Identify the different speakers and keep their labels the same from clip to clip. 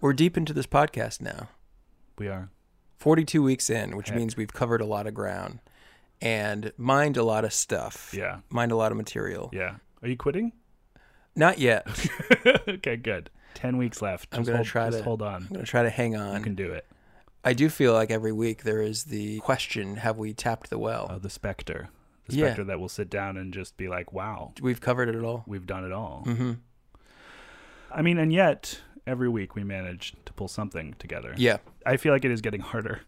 Speaker 1: We're deep into this podcast now.
Speaker 2: We are.
Speaker 1: 42 weeks in, which
Speaker 2: Heck.
Speaker 1: means we've covered a lot of ground and mined a lot of stuff.
Speaker 2: Yeah.
Speaker 1: Mined a lot of material.
Speaker 2: Yeah. Are you quitting?
Speaker 1: Not yet.
Speaker 2: okay, good. Ten weeks left.
Speaker 1: I'm
Speaker 2: Just
Speaker 1: gonna
Speaker 2: hold,
Speaker 1: try
Speaker 2: just
Speaker 1: to-
Speaker 2: hold
Speaker 1: I'm
Speaker 2: on.
Speaker 1: going to try to hang
Speaker 2: You
Speaker 1: on.
Speaker 2: can do it.
Speaker 1: I do feel like every week there is the question have we tapped the well?
Speaker 2: Uh, the specter, the
Speaker 1: Yeah.
Speaker 2: specter that will sit down and just be like, "Wow,
Speaker 1: we've covered it all.
Speaker 2: we've done it all."
Speaker 1: Mm-hmm.
Speaker 2: I mean, and yet every week we manage to pull something together.
Speaker 1: Yeah.
Speaker 2: I feel like it is getting harder.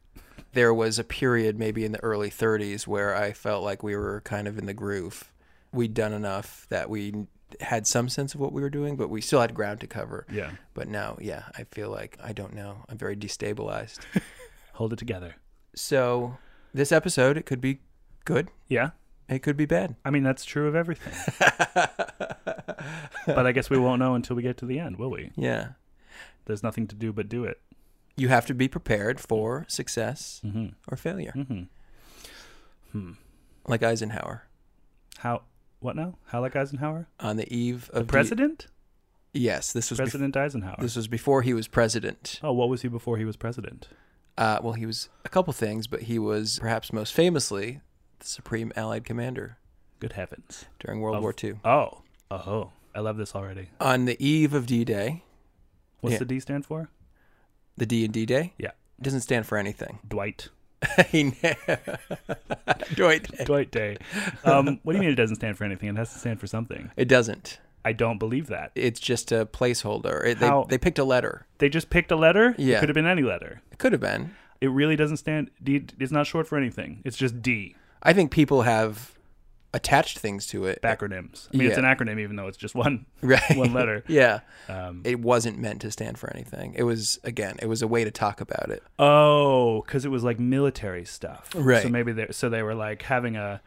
Speaker 1: There was a period maybe in the early 30s where I felt like we were kind of in the groove. We'd done enough that we had some sense of what we were doing, but we still had ground to cover.
Speaker 2: Yeah.
Speaker 1: But now, yeah, I feel like I don't know. I'm very destabilized.
Speaker 2: Hold it together.
Speaker 1: So this episode, it could be good.
Speaker 2: Yeah.
Speaker 1: It could be bad.
Speaker 2: I mean, that's true of everything. but I guess we won't know until we get to the end, will we?
Speaker 1: Yeah.
Speaker 2: There's nothing to do but do it.
Speaker 1: You have to be prepared for success or failure,
Speaker 2: hmm Hmm.
Speaker 1: like Eisenhower
Speaker 2: How? What now? How like Eisenhower?
Speaker 1: on the eve of Uh, the-
Speaker 2: President?
Speaker 1: yes, this was bef-
Speaker 2: President Eisenhower.
Speaker 1: this was before he was president.
Speaker 2: Oh, what was he before he was president?
Speaker 1: Uh, well, he was a couple things, but he was perhaps most famously the Supreme Allied Commander
Speaker 2: Good heavens.
Speaker 1: during World
Speaker 2: Of-
Speaker 1: War II.
Speaker 2: Oh. Oh. I love this already.
Speaker 1: On the eve of D-Day,
Speaker 2: What's
Speaker 1: Yeah.
Speaker 2: the D stand for?
Speaker 1: the D and D-Day
Speaker 2: Yeah.
Speaker 1: doesn't stand for anything.
Speaker 2: Dwight.
Speaker 1: He ne- Dwight.
Speaker 2: Dwight Day. Um, what do you mean it doesn't stand for anything? It has to stand for something.
Speaker 1: It doesn't.
Speaker 2: I don't believe that.
Speaker 1: It's just a placeholder. It, they,
Speaker 2: How-
Speaker 1: they picked a letter.
Speaker 2: They just picked a letter.
Speaker 1: Yeah.
Speaker 2: It could have been any letter.
Speaker 1: It could have been.
Speaker 2: It really doesn't stand. D. It's not short for anything. It's just D.
Speaker 1: I think people have attached things to it.
Speaker 2: Acronyms. I mean, it's
Speaker 1: Uh, Yeah.
Speaker 2: an acronym, even though it's just one
Speaker 1: Right.
Speaker 2: one letter.
Speaker 1: yeah.
Speaker 2: Um,
Speaker 1: It wasn't meant to stand for anything. It was, again, it was a way to talk about it.
Speaker 2: oh, because it was like military stuff.
Speaker 1: Right.
Speaker 2: So maybe they so they were like having a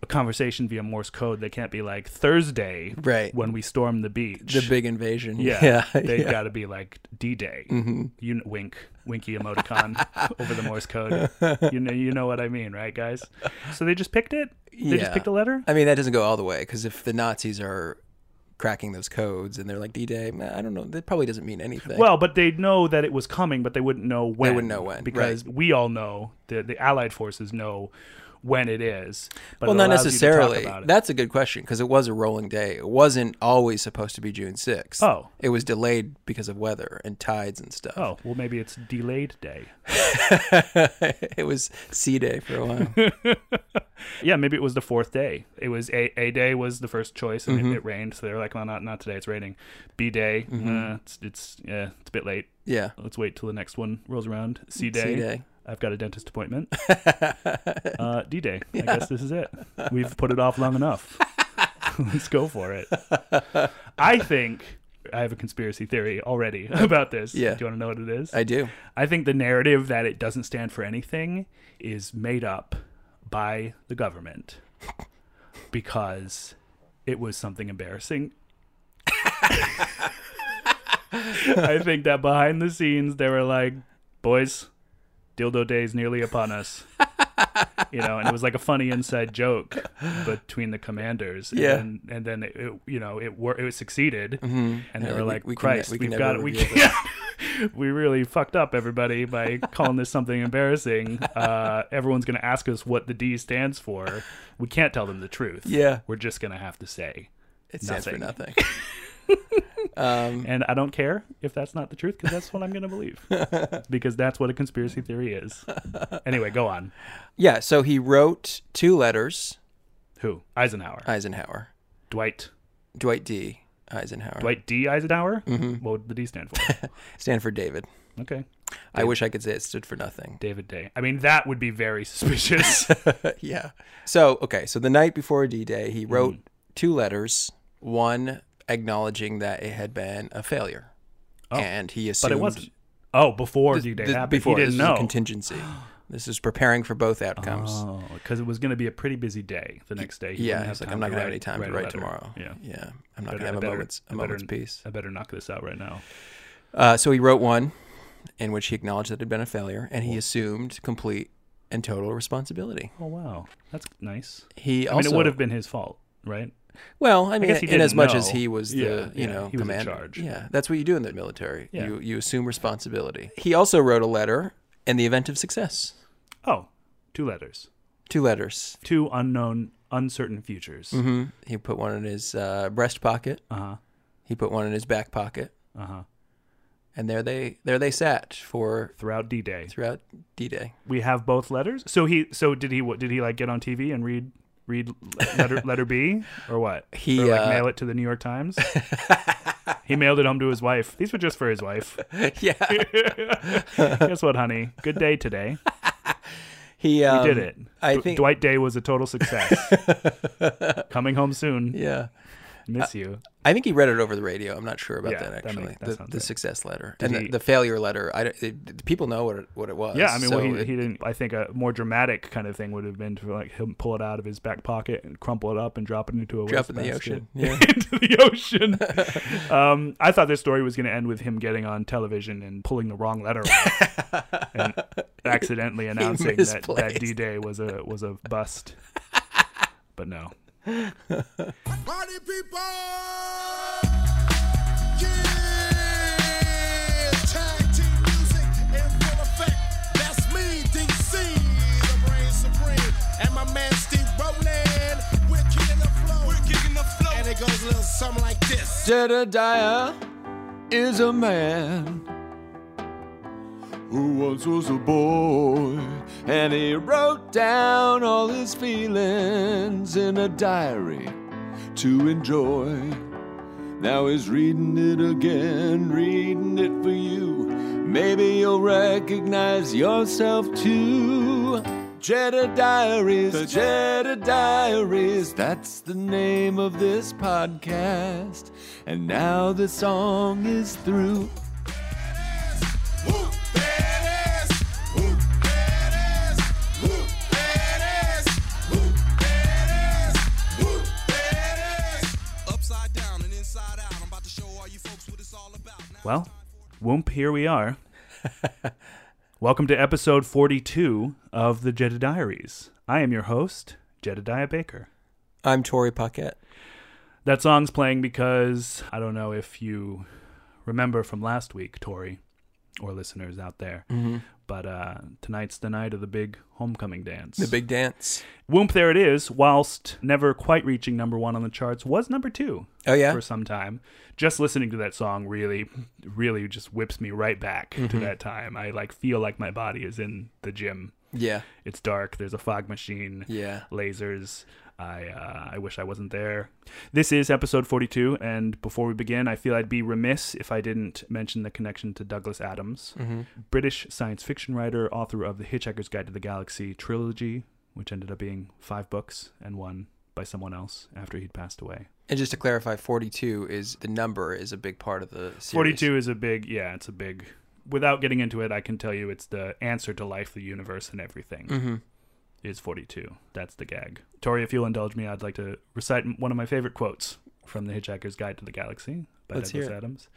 Speaker 2: a conversation via Morse code. They can't be like Thursday
Speaker 1: Right.
Speaker 2: when we storm the beach.
Speaker 1: The big invasion.
Speaker 2: yeah,
Speaker 1: Yeah.
Speaker 2: they
Speaker 1: yeah. Mm-hmm.
Speaker 2: got to be like D Day. You kn- wink, winky emoticon over the Morse code. You know, you know what I mean, right, guys? So they just picked it. They
Speaker 1: Yeah.
Speaker 2: just picked a letter.
Speaker 1: I mean, that doesn't go all the way because if the Nazis are cracking those codes and they're like, D Day, I don't know. That probably doesn't mean anything.
Speaker 2: Well, but they know that it was coming, but they wouldn't know when.
Speaker 1: wouldn't know when,
Speaker 2: because we all know the the Allied forces know when it is. But
Speaker 1: Well,
Speaker 2: it
Speaker 1: not
Speaker 2: allows you to talk
Speaker 1: necessarily.
Speaker 2: about it.
Speaker 1: That's a good question because it was a rolling day. It wasn't always supposed to be June 6th.
Speaker 2: Oh.
Speaker 1: It was delayed because of weather and tides and stuff.
Speaker 2: Oh well, maybe it's delayed day.
Speaker 1: it was C Day for a while.
Speaker 2: Yeah, maybe it was the fourth day. It was a a day was the first choice, and
Speaker 1: Mm-hmm.
Speaker 2: it, it rained. So they were like, "Well, not not today. It's raining." B day,
Speaker 1: Mm-hmm.
Speaker 2: uh, it's it's yeah, it's a bit late.
Speaker 1: yeah.
Speaker 2: Let's wait till the next one rolls around. C day.
Speaker 1: C Day.
Speaker 2: I've got a dentist appointment. uh, D Day. I guess this is it. We've put it off long enough. Let's go for it. I think I have a conspiracy theory already about this.
Speaker 1: Yeah.
Speaker 2: Do you want to know what it is?
Speaker 1: I do.
Speaker 2: I think the narrative that it doesn't stand for anything is made up by the government because it was something embarrassing. I think that behind the scenes they were like, boys, dildo day is nearly upon us. You know, and it was like a funny inside joke between the commanders.
Speaker 1: Yeah.
Speaker 2: And, and then, it, it- you know, it wor- it succeeded. And
Speaker 1: Mm-hmm.
Speaker 2: they
Speaker 1: Yeah,
Speaker 2: were
Speaker 1: we-
Speaker 2: like,
Speaker 1: we can-
Speaker 2: Christ,
Speaker 1: we can
Speaker 2: we've
Speaker 1: never
Speaker 2: got it. We
Speaker 1: reveal
Speaker 2: can't. we really fucked up everybody by calling this something embarrassing. Uh, everyone's going to ask us what the D stands for. We can't tell them the truth.
Speaker 1: Yeah.
Speaker 2: We're just going to have to say.
Speaker 1: It stands
Speaker 2: Nothing.
Speaker 1: for nothing. um,
Speaker 2: And I don't care if that's not the truth because that's what I'm going to believe. because that's what a conspiracy theory is. Anyway, go on.
Speaker 1: yeah. So he wrote two letters,
Speaker 2: Who? Eisenhower.
Speaker 1: Eisenhower,
Speaker 2: Dwight.
Speaker 1: Dwight D. Eisenhower.
Speaker 2: Dwight D. Eisenhower?
Speaker 1: Mm-hmm.
Speaker 2: What would the D stand for?
Speaker 1: Stand for David.
Speaker 2: okay.
Speaker 1: I wish I could say it stood for nothing.
Speaker 2: David Day. I mean, that would be very suspicious.
Speaker 1: yeah. So, okay. So the night before D Day,
Speaker 2: Mm.
Speaker 1: he wrote two letters, one acknowledging that it had been a failure. and he assumed
Speaker 2: Oh, but it wasn't. Oh, before D
Speaker 1: th-
Speaker 2: Day
Speaker 1: th-
Speaker 2: happened.
Speaker 1: before
Speaker 2: he
Speaker 1: this
Speaker 2: didn't
Speaker 1: was a
Speaker 2: know.
Speaker 1: contingency. This is preparing for both outcomes.
Speaker 2: Oh, because it was going to be a pretty busy day the next day. He
Speaker 1: yeah,
Speaker 2: wouldn't have
Speaker 1: he's like,
Speaker 2: time
Speaker 1: I'm not
Speaker 2: to
Speaker 1: gonna have
Speaker 2: write-
Speaker 1: any time to
Speaker 2: a
Speaker 1: write
Speaker 2: letter.
Speaker 1: tomorrow.
Speaker 2: Yeah.
Speaker 1: yeah, I'm not
Speaker 2: Better-
Speaker 1: gonna have
Speaker 2: I
Speaker 1: a
Speaker 2: better-
Speaker 1: moment's a
Speaker 2: I better-
Speaker 1: moment's peace.
Speaker 2: I better knock this out right now.
Speaker 1: Uh, so he wrote one in which he acknowledged that it had been a failure, and he assumed complete and total responsibility.
Speaker 2: Oh wow, that's nice.
Speaker 1: He
Speaker 2: I mean,
Speaker 1: also
Speaker 2: it would have been his fault, right?
Speaker 1: well, I mean,
Speaker 2: guess he
Speaker 1: in as
Speaker 2: didn't
Speaker 1: much as
Speaker 2: know.
Speaker 1: he was the,
Speaker 2: Yeah,
Speaker 1: you
Speaker 2: yeah,
Speaker 1: know,
Speaker 2: he was in
Speaker 1: commander.
Speaker 2: charge.
Speaker 1: Yeah, that's what you do in the military.
Speaker 2: Yeah.
Speaker 1: You you assume responsibility. He also wrote a letter in the event of success.
Speaker 2: Oh, two letters.
Speaker 1: Two letters.
Speaker 2: Two unknown, uncertain futures.
Speaker 1: hmm He put one in his uh, breast pocket.
Speaker 2: Uh huh.
Speaker 1: He put one in his back pocket,
Speaker 2: Uh huh.
Speaker 1: and there they there they sat for
Speaker 2: Throughout D Day,
Speaker 1: throughout D-Day.
Speaker 2: we have both letters. So he, so did he? What did he like? Get on TV and read read letter letter B or what?
Speaker 1: He,
Speaker 2: or like
Speaker 1: uh,
Speaker 2: mail it to the New York Times. he mailed it home to his wife. These were just for his wife.
Speaker 1: yeah,
Speaker 2: Guess what, honey? Good day today.
Speaker 1: he um,
Speaker 2: Did it.
Speaker 1: I
Speaker 2: Dw-
Speaker 1: think.
Speaker 2: Dwight Day was a total success. Coming home soon.
Speaker 1: yeah, Uh,
Speaker 2: Miss you.
Speaker 1: I think he read it over the radio. I'm not sure about
Speaker 2: Yeah,
Speaker 1: that
Speaker 2: that
Speaker 1: actually.
Speaker 2: makes- that
Speaker 1: the
Speaker 2: sounds
Speaker 1: the
Speaker 2: right.
Speaker 1: success letter and
Speaker 2: he-
Speaker 1: the, the failure letter. I don't, it, it- people know what it, what it was.
Speaker 2: Yeah, I mean,
Speaker 1: so
Speaker 2: well, he,
Speaker 1: it-
Speaker 2: he didn't. I think a more dramatic kind of thing would have been to like him pull it out of his back pocket and crumple it up and drop it into a
Speaker 1: drop in the
Speaker 2: wastebasket.
Speaker 1: ocean. Yeah.
Speaker 2: into the ocean. um, I thought this story was going to end with him getting on television and pulling the wrong letter out and accidentally announcing that, that
Speaker 1: misplaced.
Speaker 2: D Day was a was a bust. But no.
Speaker 3: Party people! Yeah! Tag team music in full effect. That's me, DC, the brain supreme. And my man Steve Rowland. We're kicking the flow. We're kicking the flow. And it goes a little something like this.
Speaker 4: Jedediah is a man who once was a boy, and he wrote down all his feelings in a diary to enjoy. Now he's reading it again, reading it for you. Maybe you'll recognize yourself too. Jedediah Diaries, the Jedediah Diaries, that's the name of this podcast. And now the song is through.
Speaker 3: Who that is? Who that is? Who that is? Who that is? Who that is? Upside down and inside out. I'm about to show all you folks what it's all about. Now
Speaker 2: Well, whoomp, here we are. Welcome to episode 42 of the Jeddah Diaries. I am your host, Jedediah Baker.
Speaker 1: I'm Tori Paquette.
Speaker 2: That song's playing because I don't know if you remember from last week, Tori, or listeners out there,
Speaker 1: Mm-hmm.
Speaker 2: but uh, tonight's the night of the big homecoming dance.
Speaker 1: The big dance.
Speaker 2: Whoomp, there it is, whilst never quite reaching number one on the charts, was number two
Speaker 1: Oh yeah.
Speaker 2: for some time. Just listening to that song really, really just whips me right back
Speaker 1: Mm-hmm.
Speaker 2: to that time. I like feel like my body is in the gym.
Speaker 1: Yeah.
Speaker 2: It's dark. There's a fog machine.
Speaker 1: Yeah.
Speaker 2: Lasers. I uh, I wish I wasn't there. This is episode 42, and before we begin, I feel I'd be remiss if I didn't mention the connection to Douglas Adams,
Speaker 1: Mm-hmm.
Speaker 2: British science fiction writer, author of the Hitchhiker's Guide to the Galaxy trilogy, which ended up being five books and one by someone else after he'd passed away.
Speaker 1: And just to clarify, 42 is the number is a big part of the series.
Speaker 2: 42 is a big yeah it's a big without getting into it i can tell you it's the answer to life the universe and everything
Speaker 1: Mm-hmm.
Speaker 2: is 42 that's the gag tori if you'll indulge me i'd like to recite m- one of my favorite quotes from the hitchhiker's guide to the galaxy by
Speaker 1: Let's
Speaker 2: douglas
Speaker 1: hear it.
Speaker 2: adams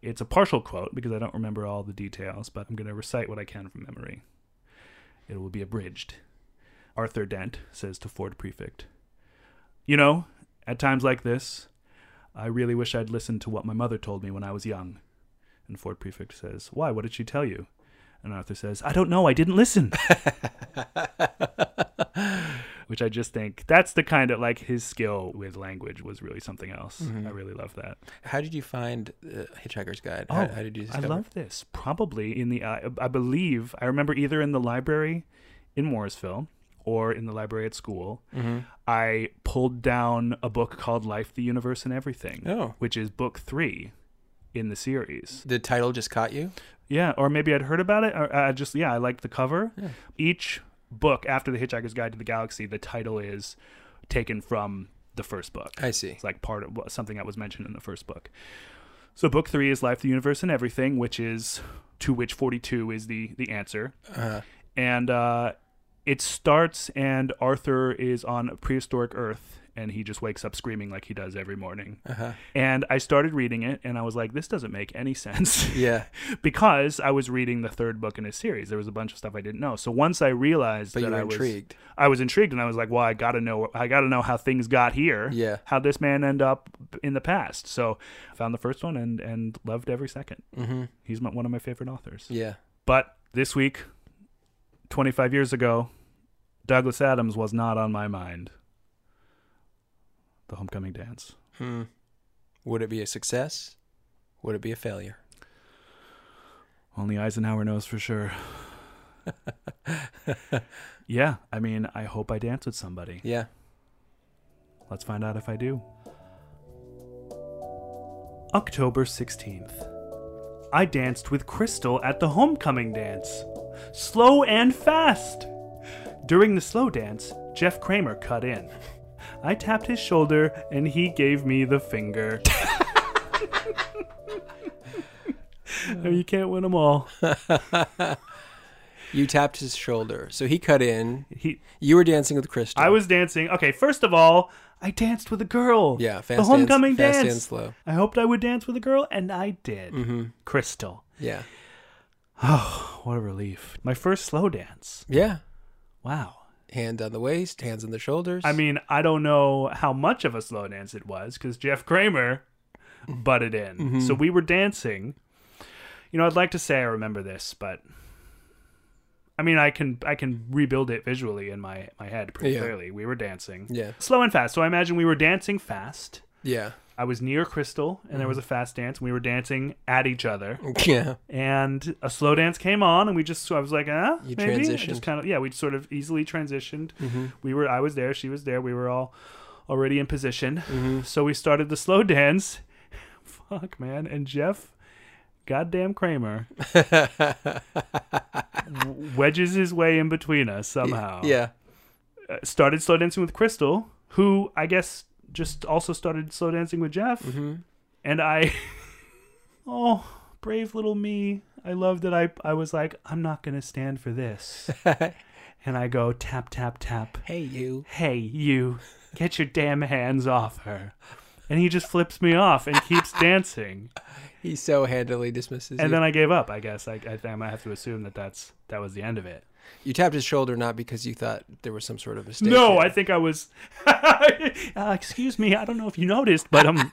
Speaker 2: it's a partial quote because i don't remember all the details but i'm going to recite what i can from memory it will be abridged arthur dent says to ford prefect you know at times like this I really wish I'd listened to what my mother told me when I was young. And Ford Prefect says, Why? What did she tell you? And Arthur says, I don't know. I didn't listen. Which I just think that's the kind of like his skill with language was really something else.
Speaker 1: Mm-hmm.
Speaker 2: I really love that. Oh,
Speaker 1: How did you find uh, Hitchhiker's Guide? how, how did you
Speaker 2: I
Speaker 1: discover?
Speaker 2: love this. Probably in the, uh, I I believe, I remember either in the library in Morrisville or in the library at school.
Speaker 1: Mm-hmm.
Speaker 2: I pulled down a book called Life, the Universe, and Everything,
Speaker 1: Oh.
Speaker 2: which is book three in the series.
Speaker 1: the title just caught you?
Speaker 2: Yeah, or maybe I'd heard about it, or uh, I just yeah, I liked the cover. Each book after the Hitchhiker's Guide to the Galaxy, the title is taken from the first book.
Speaker 1: I see.
Speaker 2: It's like part of what- something that was mentioned in the first book. So book three is Life, the Universe, and Everything, which is to which forty two is the the answer,
Speaker 1: Uh-huh.
Speaker 2: and uh, it starts and Arthur is on prehistoric Earth and he just wakes up screaming like he does every morning.
Speaker 1: Uh-huh.
Speaker 2: And I started reading it and I was like, this doesn't make any sense.
Speaker 1: Yeah.
Speaker 2: because I was reading the third book in his series. There was a bunch of stuff I didn't know. So once I realized
Speaker 1: But
Speaker 2: that
Speaker 1: you were
Speaker 2: I
Speaker 1: intrigued.
Speaker 2: was I was intrigued and I was like, well, I got to know I got to know how things got here.
Speaker 1: Yeah.
Speaker 2: How this man end up in the past. So I found the first one and and loved every 2nd Mm-hmm. He's my, one of my favorite authors.
Speaker 1: Yeah.
Speaker 2: But this week 25 years ago, Douglas Adams was not on my mind. The Homecoming Dance.
Speaker 1: Would it be a success? Would it be a failure?
Speaker 2: Only Eisenhower knows for sure. yeah, I mean, I hope I dance with somebody.
Speaker 1: Yeah.
Speaker 2: Let's find out if I do. October 16th. I danced with Crystal at the homecoming dance. Slow and fast! During the slow dance, Jeff Kramer cut in. I tapped his shoulder and he gave me the finger. Oh, you can't win them all.
Speaker 1: You tapped his shoulder. So he cut in.
Speaker 2: He,
Speaker 1: You were dancing with Crystal.
Speaker 2: I was dancing. Okay, first of all, I danced with a girl.
Speaker 1: Yeah, fast
Speaker 2: the
Speaker 1: dance-
Speaker 2: homecoming
Speaker 1: fast
Speaker 2: dance. Mm-hmm.
Speaker 1: and slow.
Speaker 2: I hoped I would dance with a girl, and I did. Crystal,
Speaker 1: Yeah.
Speaker 2: what a relief! My first slow dance.
Speaker 1: Yeah.
Speaker 2: Wow.
Speaker 1: Hand on the waist, hands on the shoulders.
Speaker 2: I mean, I don't know how much of a slow dance it was because Jeff Kramer butted in. Mm-hmm. So we were dancing. You know, I'd like to say I remember this, but I mean, I can I can rebuild it visually in my my head pretty
Speaker 1: Yeah.
Speaker 2: clearly. We were dancing,
Speaker 1: Yeah.
Speaker 2: slow and fast. So I imagine we were dancing fast.
Speaker 1: Yeah.
Speaker 2: I was near Crystal, and there was a
Speaker 1: Mm-hmm.
Speaker 2: fast dance. and We were dancing at each other,
Speaker 1: Oh. Yeah.
Speaker 2: and a slow dance came on, and we just I was like, ah,
Speaker 1: You
Speaker 2: maybe I
Speaker 1: transitioned. Mm-hmm.
Speaker 2: just kind of yeah, we sort of easily transitioned. We were I was there, she was there, we were all already in position,
Speaker 1: Mm-hmm.
Speaker 2: so we started the slow dance. Fuck man, and Jeff, goddamn Kramer, w- wedges his way in between us somehow
Speaker 1: Yeah.
Speaker 2: uh, started slow dancing with Crystal, who I guess just also started slow dancing with Jeff. And I, oh, brave little me. I love that I, I was like, I'm not going to stand for this. and I go tap, tap, tap.
Speaker 1: Hey, you.
Speaker 2: Hey, you, get your damn hands off her. And he just flips me off and keeps dancing.
Speaker 1: He so handily dismisses you.
Speaker 2: And then I gave up, I guess. I, I, I have to assume that that's, that was the end of it.
Speaker 1: you tapped his shoulder not because you thought there was some sort of mistake.
Speaker 2: No, I
Speaker 1: here.
Speaker 2: think I was. uh, excuse me, I don't know if you noticed, but um,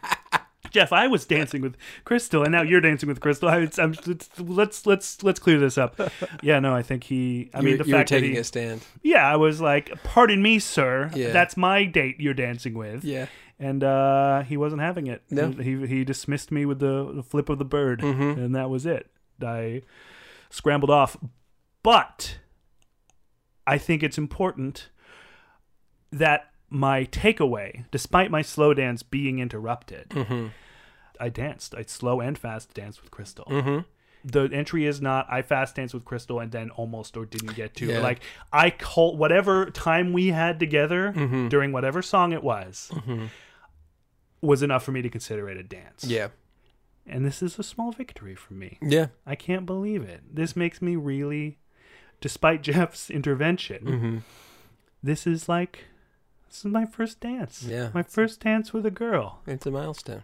Speaker 2: Jeff, I was dancing with Crystal, and now you're dancing with Crystal. I, it's, I'm, it's, let's let's let's clear this up. Yeah, no, I think he. I
Speaker 1: You
Speaker 2: mean,
Speaker 1: were-
Speaker 2: the
Speaker 1: you were
Speaker 2: fact that
Speaker 1: taking
Speaker 2: he.
Speaker 1: a stand.
Speaker 2: Yeah, I was like, "Pardon me, sir.
Speaker 1: Yeah.
Speaker 2: That's my date you're dancing with."
Speaker 1: Yeah.
Speaker 2: And uh, he wasn't having it.
Speaker 1: No. Mm-hmm.
Speaker 2: He he dismissed me with the, the flip of the bird, and that was it. I scrambled off, but I think it's important that my takeaway, despite my slow dance being interrupted,
Speaker 1: Mm-hmm.
Speaker 2: I danced. I slow and fast danced with Crystal.
Speaker 1: Mm-hmm.
Speaker 2: The entry is not I fast danced with Crystal and then almost or didn't get to.
Speaker 1: Yeah.
Speaker 2: Like I call whatever time we had together
Speaker 1: Mm-hmm.
Speaker 2: during whatever song it was was enough for me to consider it a dance.
Speaker 1: Yeah.
Speaker 2: And this is a small victory for me.
Speaker 1: Yeah.
Speaker 2: I can't believe it. This makes me really, despite Jeff's intervention,
Speaker 1: Mm-hmm.
Speaker 2: this is like, this is my first dance.
Speaker 1: Yeah.
Speaker 2: My first dance with a girl.
Speaker 1: It's a milestone.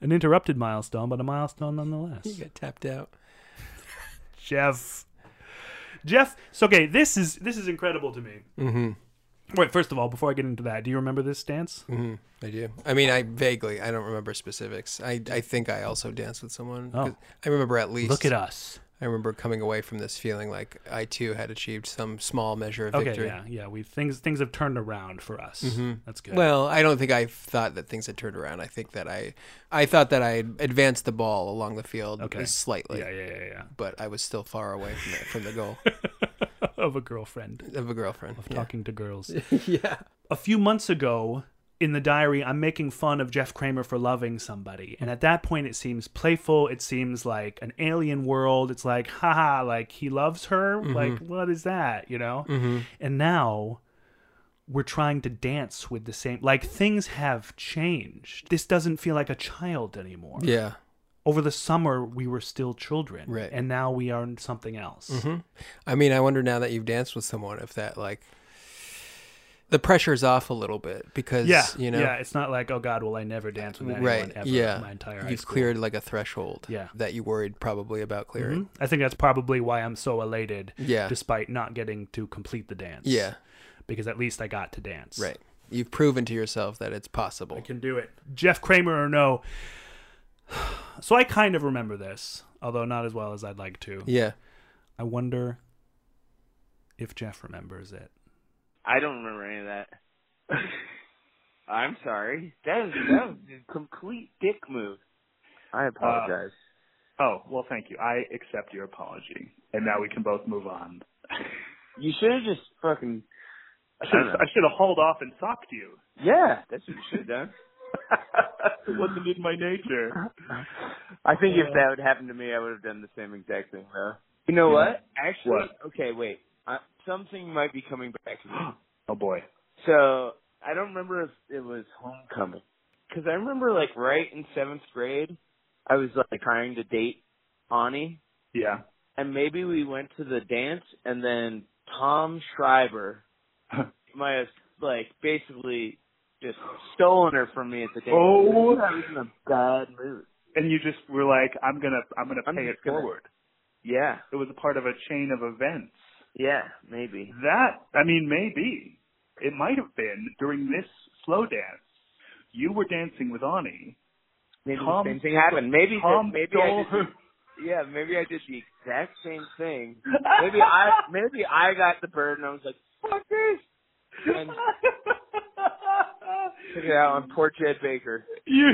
Speaker 2: An interrupted milestone, but a milestone nonetheless.
Speaker 1: You got tapped out.
Speaker 2: Jeff. Jeff. So okay, this is this is incredible to me. Mm-hmm. Wait, first of all, before I get into that, do you remember this dance?
Speaker 1: I do. I mean, I vaguely. I don't remember specifics. I, I think I also danced with someone. 'cause
Speaker 2: Oh.
Speaker 1: I remember at least.
Speaker 2: Look at us.
Speaker 1: I remember coming away from this feeling like I too had achieved some small measure of
Speaker 2: Okay,
Speaker 1: victory. Mm-hmm.
Speaker 2: yeah, yeah. We things things have turned around for us. That's good.
Speaker 1: Well, I don't think I thought that things had turned around. I think that I, I thought that I had advanced the ball along the field
Speaker 2: Okay.
Speaker 1: slightly,
Speaker 2: yeah, yeah, yeah, yeah.
Speaker 1: but I was still far away from the, from the goal
Speaker 2: Of a girlfriend.
Speaker 1: of a girlfriend.
Speaker 2: of
Speaker 1: Yeah.
Speaker 2: talking to girls. yeah. A few months ago in the diary, I'm making fun of Jeff Kramer for loving somebody. And at that point, it seems playful. It seems like an alien world. It's like, haha, like he loves her.
Speaker 1: Mm-hmm.
Speaker 2: Like, what is that? You know? And now we're trying to dance with the same. Like, things have changed. This doesn't feel like a child anymore
Speaker 1: yeah.
Speaker 2: over the summer we were still children
Speaker 1: Right. Mm-hmm.
Speaker 2: and now we are something else
Speaker 1: I mean, I wonder now that you've danced with someone if that like the pressure's off a little bit because
Speaker 2: Yeah,
Speaker 1: you know
Speaker 2: yeah. It's not like, oh God, will I never dance with anyone
Speaker 1: right
Speaker 2: ever?
Speaker 1: yeah
Speaker 2: my entire high
Speaker 1: you've
Speaker 2: school.
Speaker 1: cleared like a threshold
Speaker 2: Yeah.
Speaker 1: that you worried probably about clearing
Speaker 2: I think that's probably why I'm so elated.
Speaker 1: Yeah.
Speaker 2: Despite not getting to complete the dance.
Speaker 1: yeah
Speaker 2: Because at least I got to dance.
Speaker 1: right you've proven to yourself that it's possible
Speaker 2: I can do it. Jeff Kramer or no. So I kind of remember this, although not as well as I'd like to.
Speaker 1: yeah
Speaker 2: I wonder if Jeff remembers it.
Speaker 5: I don't remember any of that. I'm sorry. That was, that was a complete dick move. I apologize.
Speaker 6: Uh, Oh, well, thank you. I accept your apology. And now we can both move on.
Speaker 5: you should have just fucking.
Speaker 6: I
Speaker 5: I don't know.
Speaker 6: should have hauled off and socked you.
Speaker 5: Yeah, that's what you should have done.
Speaker 6: it wasn't in my nature.
Speaker 5: I think if that would happen to me, I would have done the same exact thing, though. You know what? Actually,
Speaker 6: Hmm. What?
Speaker 5: okay, wait. I, something might be coming back to me.
Speaker 6: Oh, boy.
Speaker 5: So I don't remember if it was homecoming because I remember like right in seventh grade, I was like trying to date Ani,
Speaker 6: Yeah.
Speaker 5: and maybe we went to the dance, and then Tom Schreiber might have like basically just stolen her from me at the dance.
Speaker 6: Oh.
Speaker 5: I was in a bad mood.
Speaker 6: And you just were like, I'm going to I'm gonna
Speaker 5: I'm
Speaker 6: pay it
Speaker 5: just gonna-
Speaker 6: forward.
Speaker 5: Yeah,
Speaker 6: It was a part of a chain of events.
Speaker 5: yeah, maybe.
Speaker 6: That, I mean, maybe. It might have been during this slow dance. You were dancing with Ani.
Speaker 5: Maybe
Speaker 6: Tom-
Speaker 5: the same thing happened. Maybe
Speaker 6: Tom
Speaker 5: the, maybe I
Speaker 6: stole
Speaker 5: just
Speaker 6: her.
Speaker 5: Yeah, maybe I did the exact same thing. Maybe I maybe I got the bird and I was like, fuck this. And took it out on poor Jed Baker.
Speaker 6: you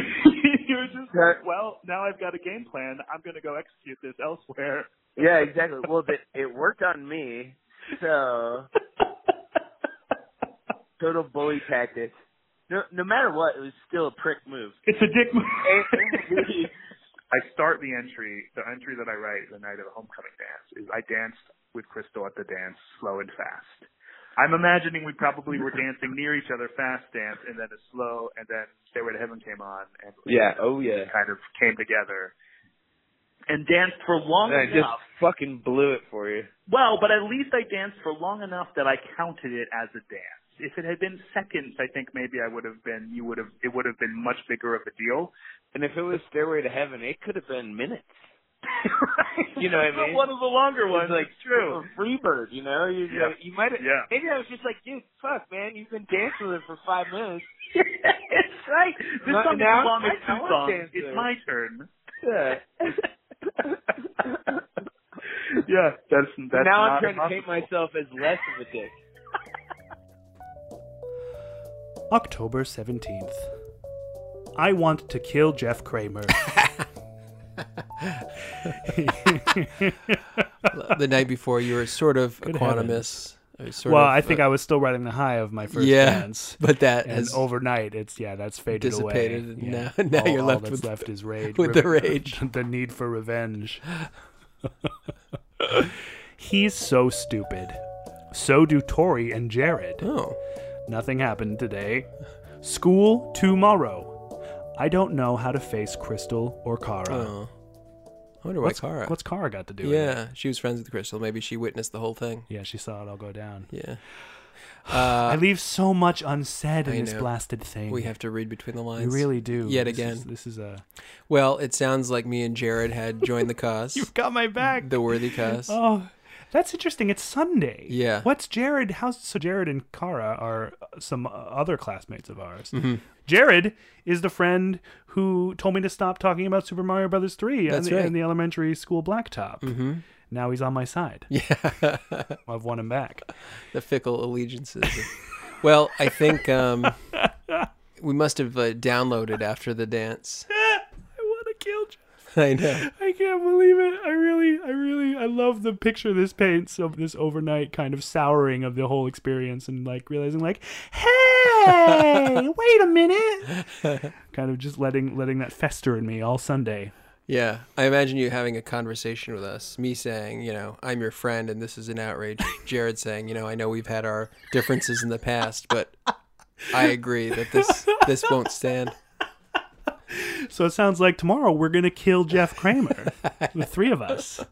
Speaker 6: you're just
Speaker 5: That-
Speaker 6: like, well, now I've got a game plan. I'm gonna go execute this elsewhere.
Speaker 5: Yeah, exactly. Well, it, it worked on me. So total bully tactic. No, no matter what, it was still a prick move.
Speaker 6: it's a dick move.
Speaker 5: And-
Speaker 6: I start the entry, the entry that I write the night of the homecoming dance is I danced with Crystal at the dance, slow and fast. I'm imagining we probably were dancing near each other, fast dance, and then a slow, and then Stairway to Heaven came on, and
Speaker 5: yeah. Oh yeah.
Speaker 6: kind of came together and danced for long
Speaker 5: And I just
Speaker 6: enough.
Speaker 5: fucking blew it for you.
Speaker 6: Well, but at least I danced for long enough that I counted it as a dance. If it had been seconds, I think maybe I would have been. You would have. It would have been much bigger of a deal.
Speaker 5: And if it was Stairway to Heaven, it could have been minutes. You know what I
Speaker 6: But
Speaker 5: mean?
Speaker 6: One of the longer ones.
Speaker 5: It's like true. Freebird, you know, you
Speaker 6: Yeah.
Speaker 5: you might have.
Speaker 6: Yeah.
Speaker 5: Maybe I was just like, dude, fuck, man, you've been dancing with it for five minutes.
Speaker 6: it's right. This
Speaker 5: No,
Speaker 6: song is
Speaker 5: now
Speaker 6: as long
Speaker 5: I-
Speaker 6: as
Speaker 5: I
Speaker 6: two
Speaker 5: wanna
Speaker 6: songs.
Speaker 5: dance to
Speaker 6: It's
Speaker 5: it.
Speaker 6: my turn.
Speaker 5: Yeah.
Speaker 6: yeah, that's that's
Speaker 5: now I'm
Speaker 6: not
Speaker 5: trying to paint myself
Speaker 6: impossible.
Speaker 5: as less of a dick.
Speaker 2: October 17th. I want to kill Jeff Kramer.
Speaker 1: the night before you were sort of
Speaker 2: Good
Speaker 1: equanimous or sort
Speaker 2: well,
Speaker 1: of,
Speaker 2: I think
Speaker 1: uh,
Speaker 2: I was still riding the high of my first
Speaker 1: yeah
Speaker 2: dance.
Speaker 1: but that
Speaker 2: And
Speaker 1: has
Speaker 2: overnight, it's yeah, that's faded
Speaker 1: dissipated,
Speaker 2: away.
Speaker 1: and
Speaker 2: Yeah.
Speaker 1: now- now
Speaker 2: all,
Speaker 1: you're
Speaker 2: all
Speaker 1: left
Speaker 2: that's
Speaker 1: with-
Speaker 2: left is rage,
Speaker 1: with the rage.
Speaker 2: the need for revenge. He's so stupid. So do Tori and Jared.
Speaker 1: oh
Speaker 2: Nothing happened today. School tomorrow. I don't know how to face Crystal or Kara.
Speaker 1: oh I wonder why
Speaker 2: Uh, what's
Speaker 1: Kara
Speaker 2: What's Kara got to do? with it?
Speaker 1: yeah she was friends with Crystal maybe she witnessed the whole thing
Speaker 2: Yeah, she saw it all go down.
Speaker 1: yeah
Speaker 2: I leave so much unsaid in
Speaker 1: Uh, I
Speaker 2: this
Speaker 1: know.
Speaker 2: blasted thing.
Speaker 1: we have to read between the
Speaker 2: We
Speaker 1: lines
Speaker 2: really do.
Speaker 1: yet
Speaker 2: This
Speaker 1: again
Speaker 2: is- this is a.
Speaker 1: well it sounds like me and Jared had joined the cause
Speaker 2: You've got my back.
Speaker 1: the worthy cause
Speaker 2: Oh, that's interesting. It's Sunday.
Speaker 1: Yeah.
Speaker 2: What's Jared? How's so? Jared and Kara are uh, some uh, other classmates of ours.
Speaker 1: Mm-hmm.
Speaker 2: Jared is the friend who told me to stop talking about Super Mario Brothers three and
Speaker 1: That's
Speaker 2: the,
Speaker 1: right. Mm-hmm.
Speaker 2: in the elementary school blacktop. Now he's on my side.
Speaker 1: yeah
Speaker 2: I've won him back.
Speaker 1: the fickle allegiances. well, I think um, we must have uh, downloaded after the dance.
Speaker 2: I want to kill. Jared.
Speaker 1: I know.
Speaker 2: I can't believe it. I really, I really, I love the picture this paints of this overnight kind of souring of the whole experience and like realizing like, hey, wait a minute, kind of just letting letting that fester in me all Sunday.
Speaker 1: Yeah, I imagine you having a conversation with us. Me saying, you know, I'm your friend, and this is an outrage. Jared saying, you know, I know we've had our differences in the past, but I agree that this this won't stand.
Speaker 2: So it sounds like tomorrow we're gonna kill Jeff Kramer, the three of us.